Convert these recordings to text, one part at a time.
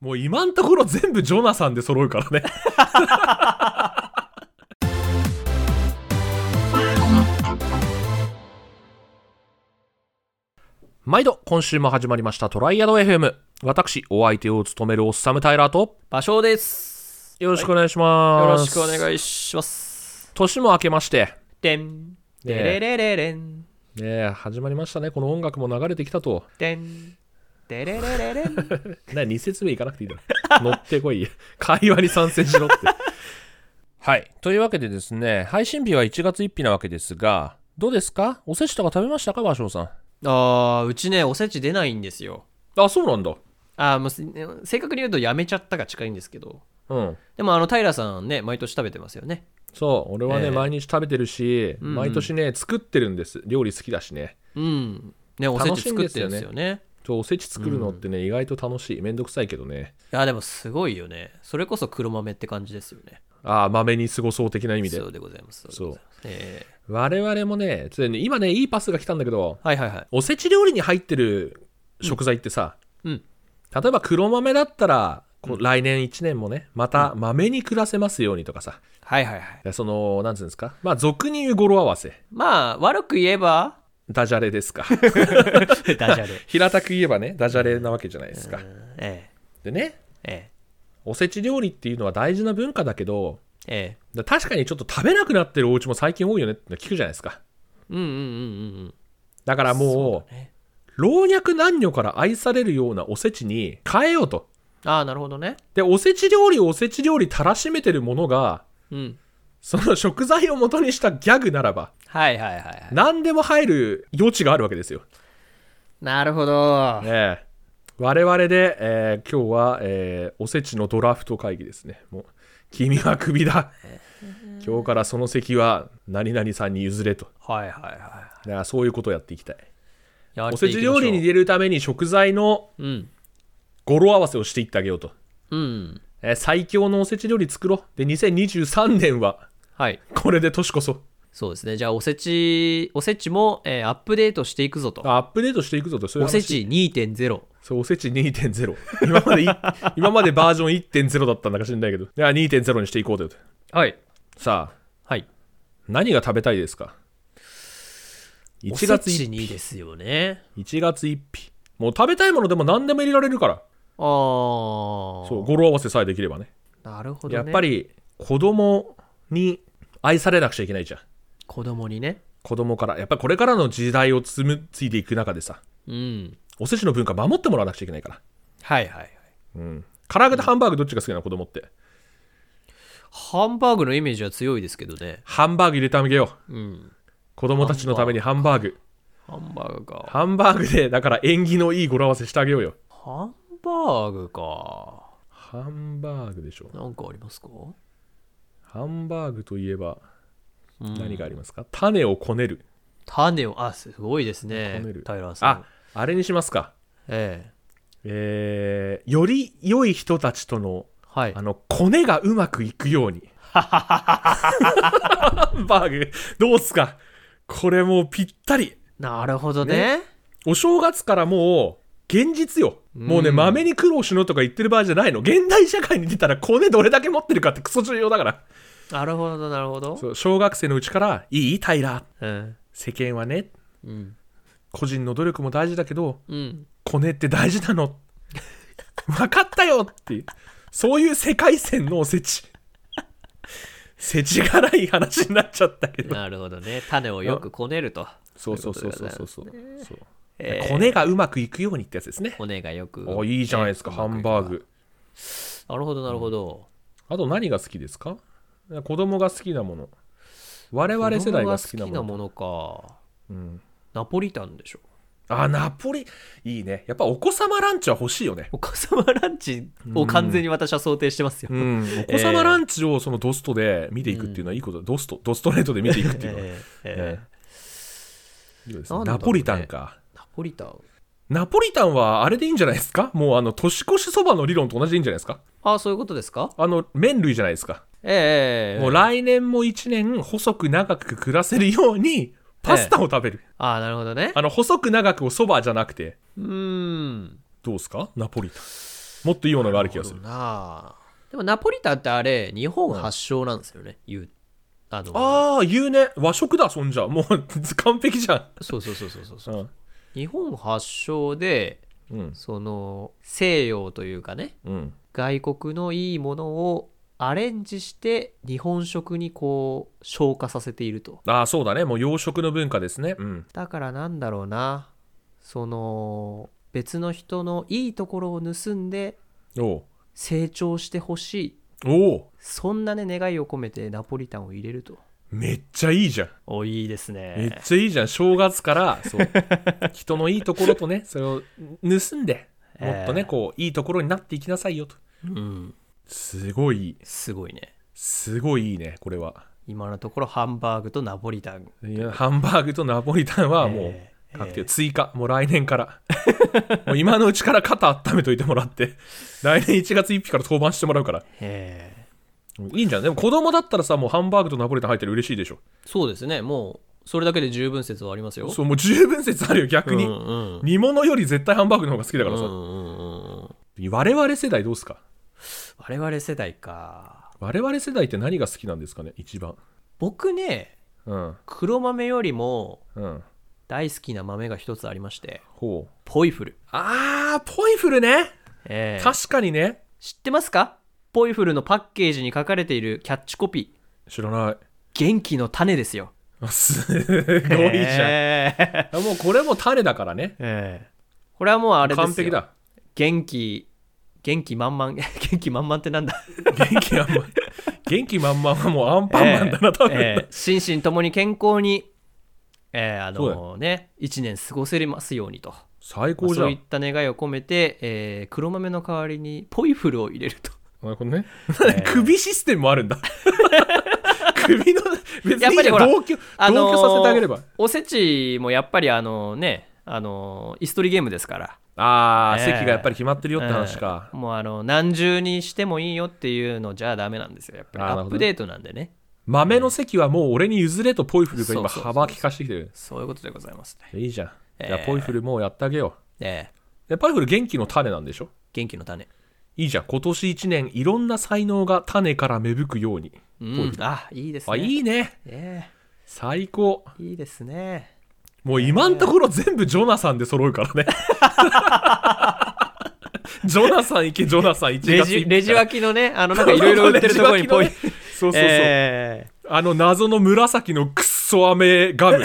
もう今のところ全部ジョナサンで揃うからね。 毎度、今週も始まりましたトライアド FM。私、お相手を務めるオッサム・タイラーと、場所です。よろしくお願いします。よろしくおい。願いします。年も明けまして、でん、でねれれれれん、ねえ始まりましたね。この音楽も流れてきたと。でん、でれれれれね、ん。2節目行かなくていいだろ。乗ってこい。会話に参戦しろって。はい。というわけでですね、配信日は1月1日なわけですが、どうですかおせちとか食べましたか和尚さん。 あー、うちね、おせち出ないんですよ。あ、そうなんだ。あー、もうす正確に言うとやめちゃったが近いんですけど。うん。でもあの、平さんね、毎年食べてますよね。そう、俺はね、ええ毎日食べてるし、んうん毎年ね、作ってるんです。料理好きだしね。うん。ね、おせ楽ちしいん作でっすてるよねんですよね。そう、おせち作るのってね、意外と楽しい。めんどくさいけどね。いや、でもすごいよね。それこそ黒豆って感じですよね。ああ、豆に過ごそう的な意味でそ。うでございます。そうでございます。え我々もね、ついに今ね、いいパスが来たんだけど、ー、はいはいはい。おせち料理に入ってる食材ってさ、うん。例えば黒豆だったら、こう来年1年もねまた豆に暮らせますようにとかさ、はいはいはい。そのなんていうんですかまあ俗に言う語呂合わせまあ、悪く言えば、ダジャレですか ダジャレ。平たく言えばねダジャレなわけじゃないですか、 うんえでねえ、えおせち料理っていうのは大事な文化だけどえ、ええ。だ確かにちょっと食べなくなってるお家も最近多いよねって聞くじゃないですかうんうんうんうんうん。だからもうね老若男女から愛されるようなおせちに変えようとああ、なるほどね。でおせち料理をおせち料理たらしめてるものがうん。その食材を元にしたギャグならばはいはいはいはい。何でも入る余地があるわけですよ。なるほど。ええ我々で、えー今日は、えーおせちのドラフト会議ですね。もう君はクビだ。今日からその席は何々さんに譲れと。はいはいはだからそういうことをやっていきたい。いやっていきましょう。おせち料理に入れるために食材のうん。語呂合わせをしていってあげようと。うん。えー最強のおせち料理作ろう。で、2023年ははい。これで年こそ。そうですね。じゃあ、おせち、おせちも、えーアップデートしていくぞと。あアップデートしていくぞと。そういうお話せち2.0。そう、おせち2.0。今までい、 今までバージョン1.0だったんだか知んないけど。いや、2.0にしていこうと。はい。さあ、はい。何が食べたいですか ?1 お月せち1日。にですよね。 1月1日。もう食べたいものでも何でも入れられるから。ああ。そそう、語呂合わせさえできればね。なるほどね。やっぱ。り、子供に愛されなくちゃいけないじゃん。子供にね。子供から。やっぱりこれからの時代をつむついていく中でさ、うん。おせちの文化守ってもらわなくちゃいけないから。はいはいはい。うん。唐揚げとハンバーグどっちが好きなの子供って。ハンバーグのイメージは強いですけどね。ハンバーグ入れてあげよう。うん。子供たちのためにハンバーグ。ハンバーグか。ハンバーグで、だから縁起のいい語呂合わせしてあげようよ。ハンバーグか。ハンバーグでしょ。なんかありますかハンバーグといえばうん何がありますか、種をこねる。種を、あ、すごいですねこねる。タイラーさん。あ、あれにしますか。ええ。えー、より良い人たちとの、はいあ。の、コネがうまくいくように。ハンバーグ、どうっすかこれもうぴったり。なるほどね。お正月からもう、現実よ。もうね、うん豆に苦労しろとか言ってる場合じゃないの。現代社会に出たら、コネどれだけ持ってるかってクソ重要だから。なるほど、なるほど。そう小学生のうちから「いいタイラーうん。世間はねうん。個人の努力も大事だけどうん。コネって大事なの 分かったよ」っていうそういう世界線のおせち世知辛い話になっちゃったけどなるほどね。種をよくこね ると。そうそうそうそいううことそでうそうございまそう、えコネがうまくいくようにってやつですね骨がよく。おいいじゃないですか、ねハンバー。グなるほど、なるほど。あと何が好きですか子供が好きなもの我々世代が好きなもの子供が好きなものか。うん、ナポリタンでしょ。あナポリいいねやっぱお子様ランチは欲しいよねお母様ランチを完全に私は想定してますよ。うん、お子様ランチをそのドストで見ていくっていうのはいいことだ、ドストドストレートで見ていくっていうのは、え えええええいいですねなんだナろうねポリタンかナポリタンナポリタンはあれでいいんじゃないですかもうあの年越しそばの理論と同じでいいんじゃないですかあそういうことですかあの麺類じゃないですか、ええええもう来年も1年細く長く暮らせるようにパスタを食べる、ああなるほどねあの細く長くをそばじゃなくてうーんどうですかナポリタンもっといいものがある気がする。なあでもナポリタンってあれ日本発祥なんですよね、言うあのああ、言うね。和食だ、そんじゃ。もう 完璧じゃん。そうそうそうそうそうそううん。日本発祥でうん。その西洋というかねうん。外国のいいものをアレンジして日本食にこう昇華させているとああ、そうだね。もう洋食の文化ですね。うん。だからなんだろうなその別の人のいいところを盗んでおう成長してほしいおうそんなね願いを込めてナポリタンを入れるとめっちゃいいじゃん。おいいですめねっちゃいいじゃん。正月から、 そう。人のいいところとね、それを盗んで、もっとね、えーこう、いいところになっていきなさいよと。うんすごいいい、すごいねすごいいいね、これは。今のところハンバーグとナポリタンいやハンバーグとナポリタンはもえうー確定、えー追加もう来年から もう今のうちから肩温めといてもら って来年1月1日から登板してもらうからええいいんじゃんでも子供だったらさもうハンバーグとナポリタン入ってる嬉しいでしょそうですねもうそれだけで十分説はありますよそうもう十分説あるよ逆に、うんうん煮物より絶対ハンバーグの方が好きだからうさ、んうんうんうん我々世代どうすか我々世代か我々世代って何が好きなんですかね一番僕ねうん黒豆よりもうん大好きな豆が一つありましてほうポイフル、あーポイフルね、ええ確かにね知ってますかポイフルのパッケージに書かれているキャッチコピー知らない元気の種ですよあ すごいじゃんええもうこれも種だからね。ええこれはもうあれですよ完璧だ。元気元気満々 元気満々ってなんだ元気満々。元気 満々はもうアンパンマンだな、多分、ええ心身ともに健康にええあそうだのね一年過ごせれますようにと、ま最あ高じゃそういっん。た願いを込めて、ええ黒豆の代わりにポイフルを入れると なるほどね。え首システムもあるんだ。首の、別やっにぱいいりじゃほんら同居、あの同居させてあげれば。おせちもやっぱりあのねあの椅子取りゲームですからあー、ええ席がやっぱり決まってるよって話か。うんもうあの何重にしてもいいよっていうのじゃダメなんですよやっぱりあーなアるッほどプデートなんでね豆の席はもう俺に譲れとポイフルがそう今そうそう幅利かしてきてる。そういうことでございますねいいじゃん。ええじゃあポイフルもうやってあげよええう。でポイフル元気の種なんでしょ元気の種いいじゃん。今年一年いろんな才能が種から芽吹くように。うんあいいですねあ、いいね。え最高。えいいですねもう今のところ全部ジョナサンで揃うから ね。ジョナサン行け、ジョナサン1月レ1日ジレジ脇のねあのなんかいろい ろ売ってるところにポイ、レジ脇のねそうそうそう。えあの謎の紫のクッソ飴ガムね。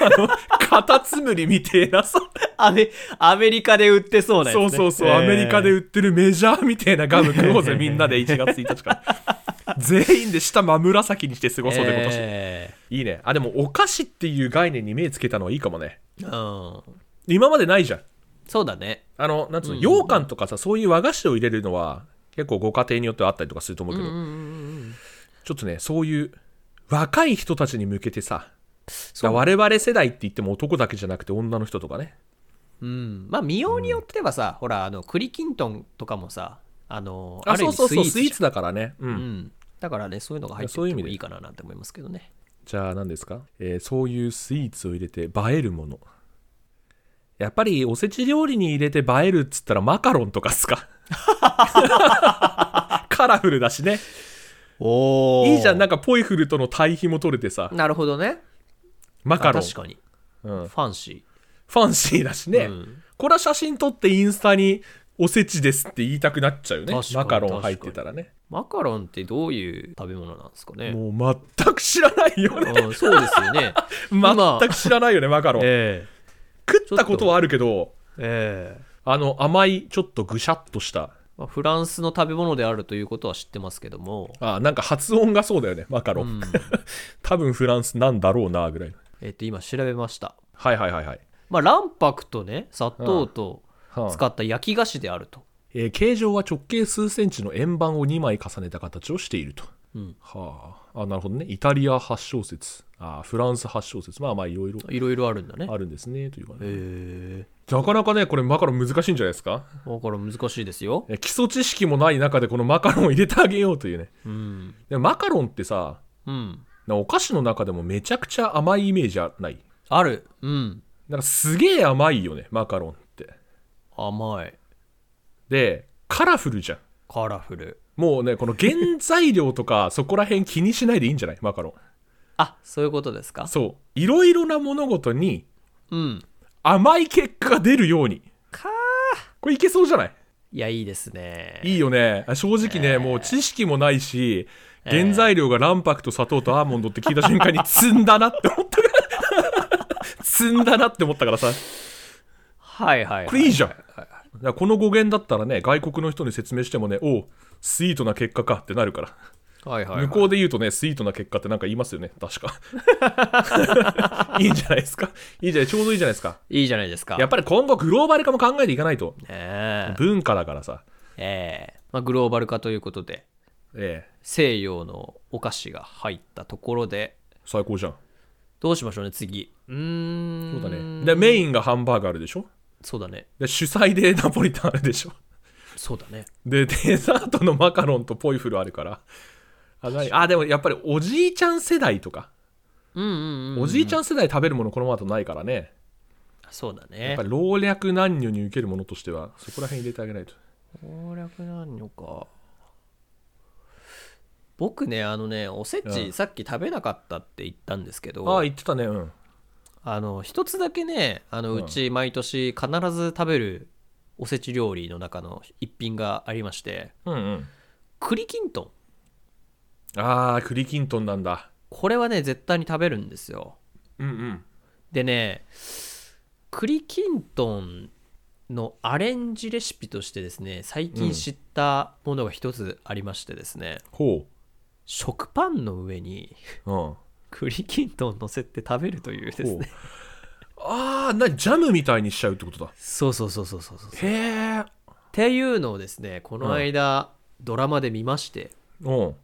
あの、カタツムリみてえなさ、えアメアメリカで売ってそうなやつ、そね、うそうそう、アメリカで売売ってるメジャーみてえなガム食おうぜ、みんな で1月1日から。全員で下真紫にして過ごそうで、今年。えいいね。あ、でもお菓子っていう概念に目つけたのはいいかもね。えうん今までないじゃん。そうだねあの、なんつうの、うん羊羹とかさ、そういう和菓子を入れるのは、結構ご家庭によってはあったりとかすると思ううんけうんど、うんうんちょっとね、そういう、若い人たちに向けてさ、そう我々世代って言っても男だけじゃなくて女の人とかね。うんまあ見ようによってはさ、ほらあの栗きんとんとかもさあのあ、る意そう味そうそう、じスゃんイーツだからね。うん。うん、だからねそういうのが入ってそういう意て味もでいいかななんて思いますけどねじゃあ何ですか、えーそういうスイーツを入れて映えるもの。やっぱりおせち料理に入れて映えるっつったらマカロンとかっす かカラフルだしね。おいいじゃん、なんかかポイフルとの対比も取れてさ、なるほどねマカロン。確かにうんファンシファンシーだしね、うんこれは写真撮ってインスタにおせちですって言いたくなっちゃうよね確かにマカロン入ってたらねーマカロンってどういう食べ物なんですかねもう全く知らないよねうんそうですよね今 全く知らないよねマカロン、え食ったことはあるけどえええあの甘いちょっとぐしゃっとしたまあ、フランスの食べ物であるということは知ってますけども、あなんか発音がそうだよねマカロン、うん 多分フランスなんだろうなぐらいのえっと今調べましたはいはいはいはい、まあ卵白とね砂糖とはあ使った焼き菓子であると、えー形状は直径数センチの円盤を2枚重ねた形をしているとうん、はああなるほどねイタリア発祥説あフランス発祥説まあまあいろいろいろいろあるんだねあるんですねというかねへえなかなかねこれマカロン難しいんじゃないですかだから難しいですよ、え基礎知識もない中でこのマカロンを入れてあげようというねうんでマカロンってさうん、なお菓子の中でもめちゃくちゃ甘いイメージあないあるうんなんかすげえ甘いよねマカロンって甘いでカラフルじゃんカラフルもうねこの原材料とか そこら辺気にしないでいいんじゃないマカロあそういうことですかンそういろいろな物事にうん甘い結果が出るようにかこれいけそうじゃないいやいいですねいいよねあ正直ね、もう知識もないし原材料が卵白と砂糖とアーモンドって聞いた瞬間に積んだなって思ったから 積んだなって思ったからさはいはい、はい、これいいじゃんだからこの語源だったらね外国の人に説明してもねおうスイートな結果かってなるからはいはい、はい、向こうで言うとねスイートな結果ってなんか言いますよね確か いいんじゃないですかいいじゃないちょうどいいじゃないですかいいじゃないですかやっぱり今後グローバル化も考えていかないとねえ文化だからさええまあ、グローバル化ということでええ西洋のお菓子が入ったところで最高じゃんどうしましょうね次うーそんうだねでメインがハンバーグあるでしょそうだねで主菜でナポリタンあるでしょそうだねでデザートのマカロンとポイフルあるからあ何あでもやっぱりおじいちゃん世代とかうんうん、うん、おじいちゃん世代食べるものこのままだとないからねそうだやっねぱり老若男女に受けるものとしてはそこら辺入れてあげないと攻略なんのか僕ねあのねおせうちんさっき食べなかったって言ったんですけど、ああ言ってたねうんあの一つだけねあのうんうち毎年必ず食べるおせち料理の中の一品がありましてうんうん栗きんとんああ栗きんとんなんだこれはね絶対に食べるんですようんうんでね栗きんとんのアレンジレシピとしてですねう最ん近知ったものが一つありましてですね、ほ食パンの上に ううん栗きんとん乗せて食べるというですほうね ああなジャムみたいにしちゃうってことだそうそうそうそうそうそうっへえていうのをですねこの間、ドラマで見ましてうん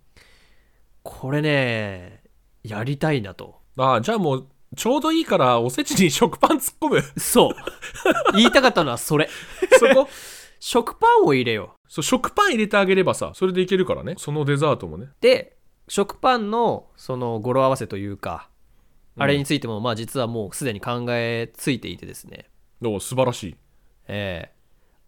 これねやりたいなとああじゃあもうちょうどいいからおせちに食パン突っ 込むそう 言いたかったのはそれそこ食パンを入れようそう食パン入れてあげればさそれでいけるからねそのデザートもねで食パンのその語呂合わせというかうんあれについてもまあ実はもうすでに考えついていてですねお素晴らしええ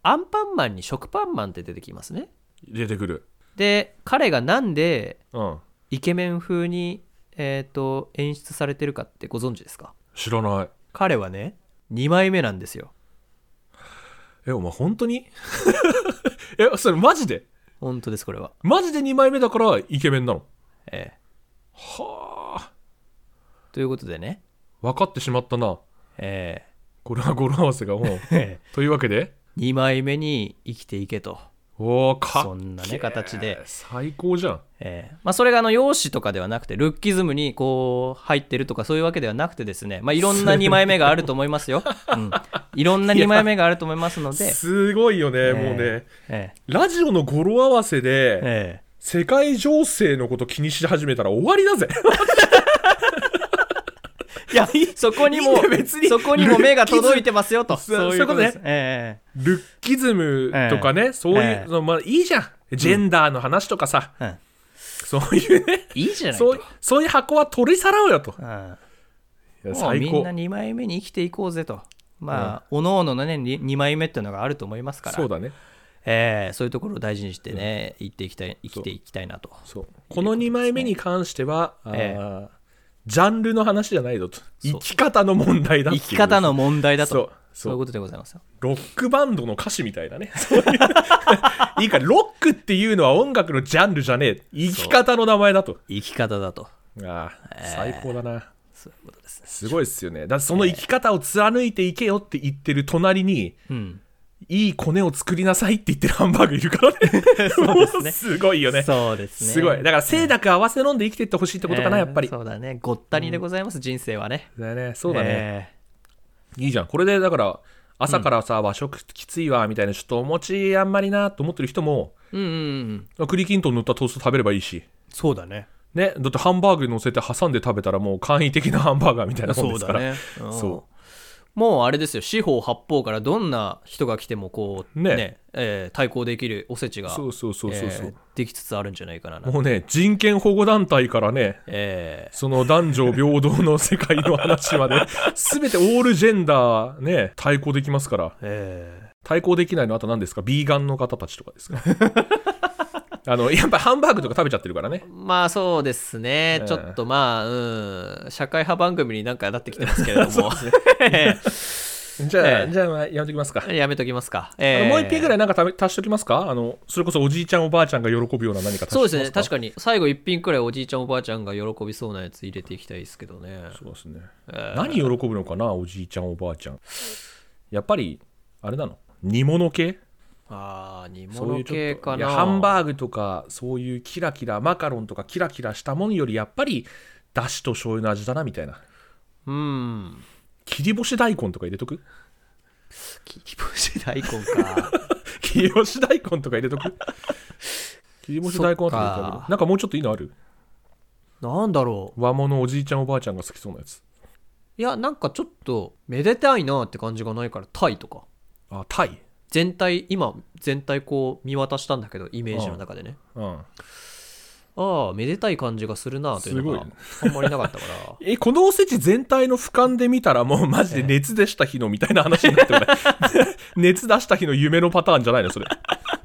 アンパンマンに食パンマンって出てきますねい出てくるで彼がなんでうんイケメン風に、えー、と演出されてるかってご存知ですか知らない彼はね2枚目なんですよえお前本当に えそれマジで本当ですこれは、マジで2枚目だからイケメンなのええはあということでね、分かってしまったなえこれは語呂合わせが もうえというわけで2枚目に生きていけと、おおかっけーそんなね形で最高じゃんええまあ、それがあの容姿とかではなくてルッキズムにこう入ってるとかそういうわけではなくてですね、まあ、いろんな2枚目があると思いま すよ、うん、いろんな2枚目があると思いますので、えすごいよね、えもうねえラジオの語呂合わせで、ええ世界情勢のこと気にし始めたら終わりだぜいやそこにもいいんだよ別にそこにも目が届いてますよとそうそういうことですそういうことねええルッキズムとかね、そういう、ええそのまあ、いいじゃんジェンダーの話とかさ、うんそういうねい いじゃないとそうそういう箱は取りさらおうよとうんいやもう最みん高な2枚目に生きていこうぜとまあ、各々のね2枚目っていうのがあると思いますからそうだねえーそういうところを大事にしてね、生きていきたい生きていきたいなとそうこの2枚目に関しては、あーえジャンルの話じゃないぞとそ生うき方の問題だって生いうき方の問題だとそそううそういうことでございますよロックバンドの歌詞みたいなねそういう いいかロックっていうのは音楽のジャンルじゃねえ生き方の名前だと生き方だとああ最高だなそういうことですねすごいですよねだってその生き方を貫いていけよって言ってる隣にうんいいコネを作りなさいって言ってるハンバーグいるから ねそうですね ごいよねそうですねすごいっだから清濁合わせ飲んで生きてってほしいっててことかな、やっぱりそうだねごったにでございます、人生はねだよねそうだね、えいいじゃん。これでだから、朝からさ、和食きついわ、みたいな、ちょっとお餅あんまりなと思ってる人も、ーうんうんうん栗きんとん塗ったトースト食べればいいし。そうだねね、だってハンバーグ乗せて挟んで食べたらもう簡易的なハンバーガーみたいなもんそでうすかだら。ね、うんそもうあれですよ四方八方からどんな人が来てもこうねねえー対抗できるおせちがそうそうそうそうそうえーできつつあるんじゃないかなもうね、人権保護団体からね、えーその男女平等の世 界の話まで、すべてオールジェンダーね、対抗できますから。え対抗できないのはあと何ですかビーガンの方たちとかです かあのやっぱハンバーグとか食べちゃってるからねまあそうですね、ええちょっとまあ、うん、社会派番組になんかなってきてますけ れども、 じゃあ、ええじゃあまあやめときますか、 やめときますか、あえのえもう一品ぐらいなんか食べ足しときますかあのそれこそおじいちゃんおばあちゃんが喜ぶような何か足しそうですてまね確かに最後一品くらいおじいちゃんおばあちゃんが喜びそうなやつ入れていきたいですけどねそうですね、え何喜ぶのかなおじいちゃんおばあちゃんやっぱりあれなの煮物系ああ煮そうい物うちょ系っとかいやなハンーバーグとかそういうキラキラマカロンとかキラキラしたものよりやっぱりだしと醤油の味だなみたいなうん切り干し大根とか入れとく 切り干し大根か切り干し大根とか入れと く切り干し大根とか入れてそあっげかるなんかもうちょっといいのある なんだろう和物おじいちゃんおばあちゃんが好きそうなやついやなんかちょっとめでたいなって感じがないからタイとかあタイ全体今全体こう見渡したんだけどイメージの中でねうんああめでたい感じがするなというのがあんまりなかったからえこのおせち全体の俯瞰で見たらもうマジで熱でした日のみたいな話になってこれ 熱出した日の夢のパターンじゃないのそれ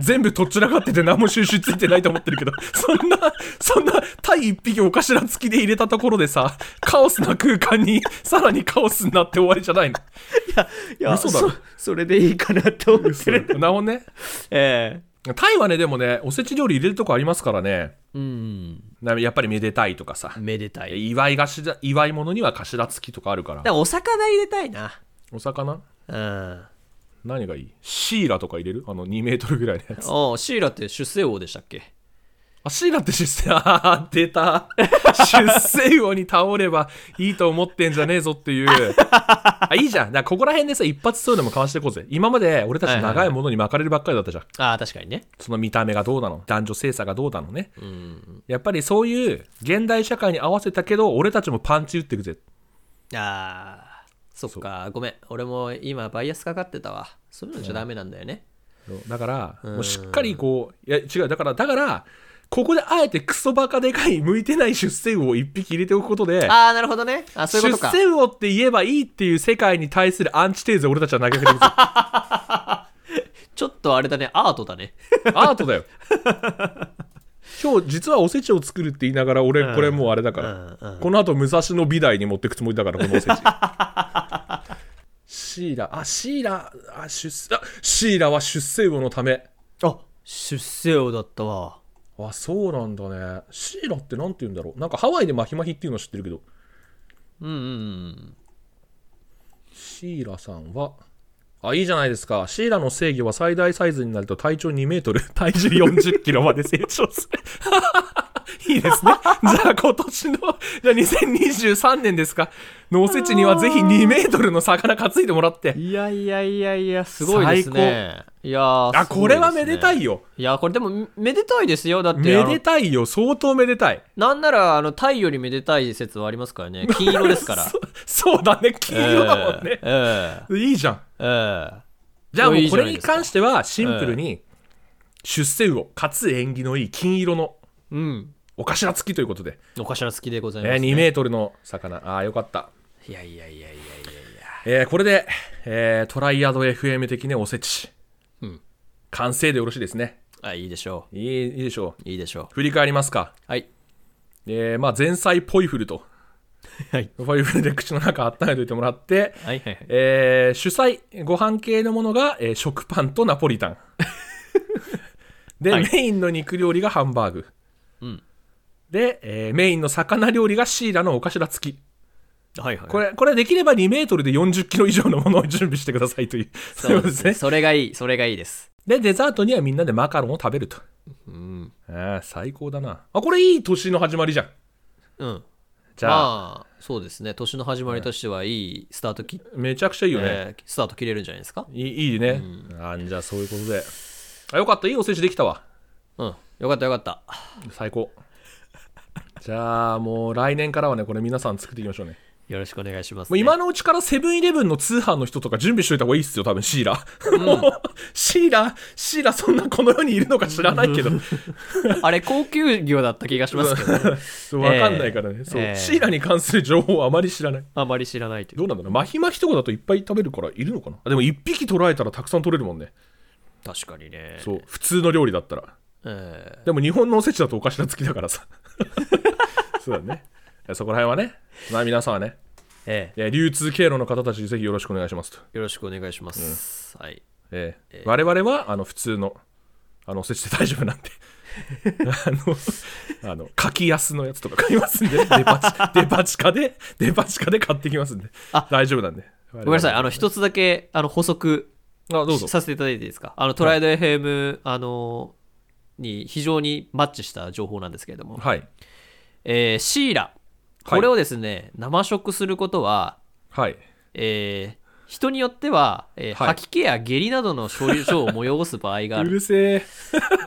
全部とっちらかってて何も収集ついてないと思ってるけどそんなそんな対一匹お頭付きで入れたところでさカオスな空間にさらにカオスになって終わりじゃ ないのいや嘘だろそそれでいいかなって思ってるなおねえタイはねでもねおせち料理入れるとこありますからねえうんなやっぱりめでたいとかさめでたい祝いがし祝い物には頭付きとかあるからだからお魚入れたいなお魚うん何がいいシイラとか入れるあの2メートルぐらいのやつ。ああシイラって出世王でしたっけあ、シイラって出世、 あー出た。 出世魚に倒ればいいと思ってんじゃねえぞっていう。あ、いいじゃん。だからここら辺でさ、一発そうでもかわしていこうぜ。今まで俺たち長いものに巻かれるばっかりだったじゃん。ああ確かにねその見た目がどうなの男女性差がどうなのね。うんやっぱりそういう現代社会に合わせたけど、俺たちもパンチ打っていくぜ。ああそっかごめん俺も今バイアスかかってたわそういうのじゃダメなんだよねそうだから、もうしっかりこう、いや違う、だから、だから、ここであえてクソバカでかい向いてない出世魚を一匹入れておくことで、ああなるほどねあそういうことか出世魚って言えばいいっていう世界に対するアンチテーゼを俺たちは投げかけてるぞちょっとあれだねアートだね アートだよ今日実はおせちを作るって言いながら俺これもうあれだかうら、んうんこの後武蔵野美大に持ってくつもりだからこ のおせちシーラあシーラあ出世あシーラは出世魚のためあ出世王だったわあそうなんだねシーラってなんて言うんだろうなんかハワイでマヒマヒっていうの知ってるけどうんうんうんシーラさんは、あ、いいじゃないですか。シーラの制御は最大サイズになると体長2メートル、 体重40キロまで成長する。 いい ですね。じゃあ今年の、じゃあ2023年ですか。のおせちにはぜひ2メートルの魚担いでもらって。いやいやいやいやすごいですねいやーあ、すごこいれですねはめでたいよ。いやこれでもめめでたいですよだってめあのでたいよ。相当めでたい。なんならあのタイよりめでたい説はありますからね金色ですから そそうだね。金色だもんねえ。ーいいじゃん。えーえじゃあもいいうじこゃなれいにですか関してはシンプルに、出世魚、かつ縁起のいい金色のーうんお頭付きということで。お頭好きでございえー、ます、ね2メートルの魚。ああ、よかった。いやいやいやいやいやいやえーこれで、えートライアド FM 的ね、おせち。うん完成でよろしいですね。あいいでしょいい、いいでしょう。ういいでしょ振り返りますか。うはいえーまあ、前菜ポイフルと。 はいポイフルで口の中温めておいてもらって、はいはいはいえー主菜、ご飯系のものが、えー食パンとナポリタ ン。で、はいメインの肉料理がハンバーグ。うんで、えーメインの魚料理がシーラのお頭付き。はいはいこれ、これできれば2メートルで40キロ以上のものを準備してくださいという。そうですそねうそれがいいそれがいいです で、デザートにはみんなでマカロンを食べると。うんああ、最高だな。あ、これいい年の始まりじゃん。うんじゃあ、まあそうですね年の始まりとしてはいいスタートき、めちゃくちゃいいよね。えースタート切れるんじゃないですかいいいいね。あんじゃあ、そういうことで。あ、よかった。いいお世辞できたわ。うんよかったよかった最高。じゃあ、もう来年からはね、これ皆さん作っていきましょうね。よろしくお願いします、もうね。今のうちからセブンイレブンの通販の人とか準備しといた方がいいっすよ、多分シーラ。もう、 シーラ、シーラそんなこの世にいるのか知らないけど、あれ、高級魚だった気がしますけ ど、 そうわかんないからね、そう、ええシーラに関する情報はあまり知らない。あまり知らないという。どうなんだろう、マヒマヒとかだといっぱい食べるからいるのかなあでも一匹捕らえたらたくさん取れるもんね。確かにね。そう、普通の料理だったら。えでも日本のおせちだとお頭付きだからさ。 そうだね。そこら辺はね、まあ皆さんはね、えええー流通経路の方たちぜひよろしくお願いしますと。えよろしくお願いします。はい。えー我々はあの普通のあのおせちで大丈夫 なんであのあの柿安のやつとか買いますんで、デ パ地デパ地下でデパ地下で買ってきますんであ大丈夫なんでごごめんなさい、あの、一つだけ、あの、補足あどうぞさせていただいていいですか。あの、トライド FM、あの、に非常にマッチした情報なんですけれども、はいえーシーラ、はいこれをですね、生食することは、はいえー人によっては、えーはい吐き気や下痢などの症状を催す場合があう るるせえ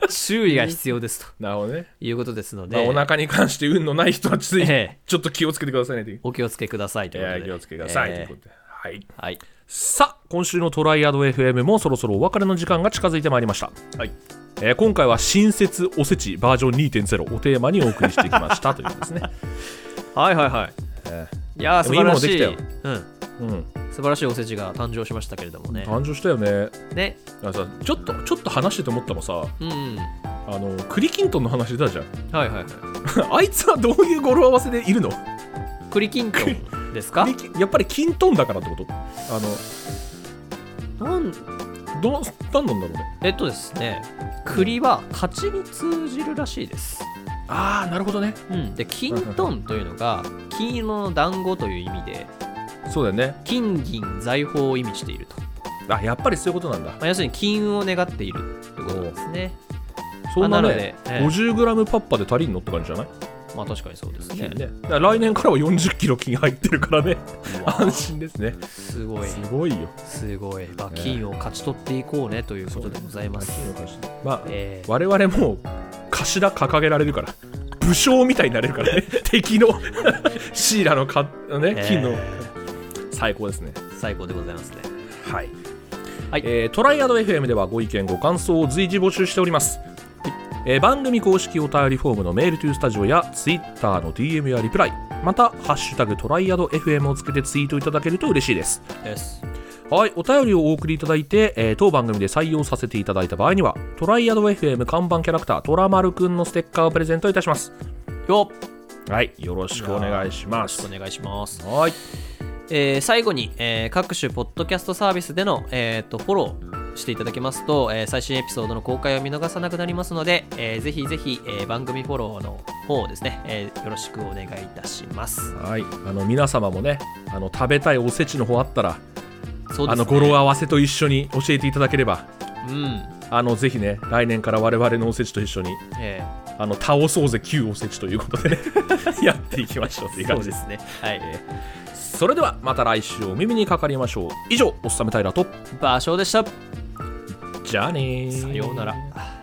注意が必要ですとなるほどね、いうことですのまあ、で、お腹に関して運のない人はつい、ええちょっと気をつけてくださいねというお気をつけくださいといいうことやで気をつけてくださいといえうーことで、はいはい、さあ今週のトライアド FM もそろそろお別れの時間が近づいてまいりました、はいえー今回は新設おせちバージョン2.0をテーマにお送りしてきましたということ ですね、はいはいはいえいやーで素も晴らし今い、もでううん、ん、素晴らしいおせちが誕生しましたけれどもね誕生したよねねあさちょっとちょっと話してて思ったのさうんうんあのクリキントンの話出たじゃん はいはいはいあいつはどういう語呂合わせでいるの栗きんとんですかクリキンやっぱりキントンだからってことあのなんど何なんだろうねえっとですね栗は勝ちに通じるらしいですああなるほどねうん、で金トンというのが金色の団子という意味でそうだよね金銀財宝を意味していると、まあやっぱりそういうことなんだあ、要するに金運を願っているということですねそんなあなのねでええ 50g パッパで足りんのって感じじゃないまあ確かにそうですねね、だから来年からは40キロ金入ってるからね、うわ安心ですね。すごいすごいよ。すごい、まあ、ええ金を勝ち取っていこうねということでございます、まあ、ええ我々もう頭掲げられるから、武将みたいになれるからね、 敵のシーラのか、ね、金の、最高ですね。最高でございますねはい。はいえートライアド FM ではご意見ご感想を随時募集しております、えー番組公式お便りフォームのメールトゥースタジオやツイッターの DM やリプライまた「ハッシュタグトライアド FM」をつけてツイートいただけると嬉しいですですはい、お便りをお送りいただいて、えー当番組で採用させていただいた場合には、トライアド FM 看板キャラクター、トラマルくんのステッカーをプレゼントいたします。よはい、よろしくお願いしまろすし。くお願いしますはい、えー最後に、えー各種ポッドキャストサービスでの、えーとフォローしていただけますと、えー最新エピソードの公開を見逃さなくなりますので、えーぜひぜひ、えー番組フォローの方をですね、えーよろしくお願いいたします。はい、あの皆様もね、あの食べたいおせちの方あったら、そうであすのね語呂合わせと一緒に教えていただければ、うん、あのぜひね、来年から我々のおせちと一緒に、えあの倒そうぜ旧おせちということで ね、やっていきましょうというーそ感うじでです。すね。はい、それではまた来週お耳にかかりましょう。以上、おっさめたいらと、場所でした。じゃあねー。さようなら。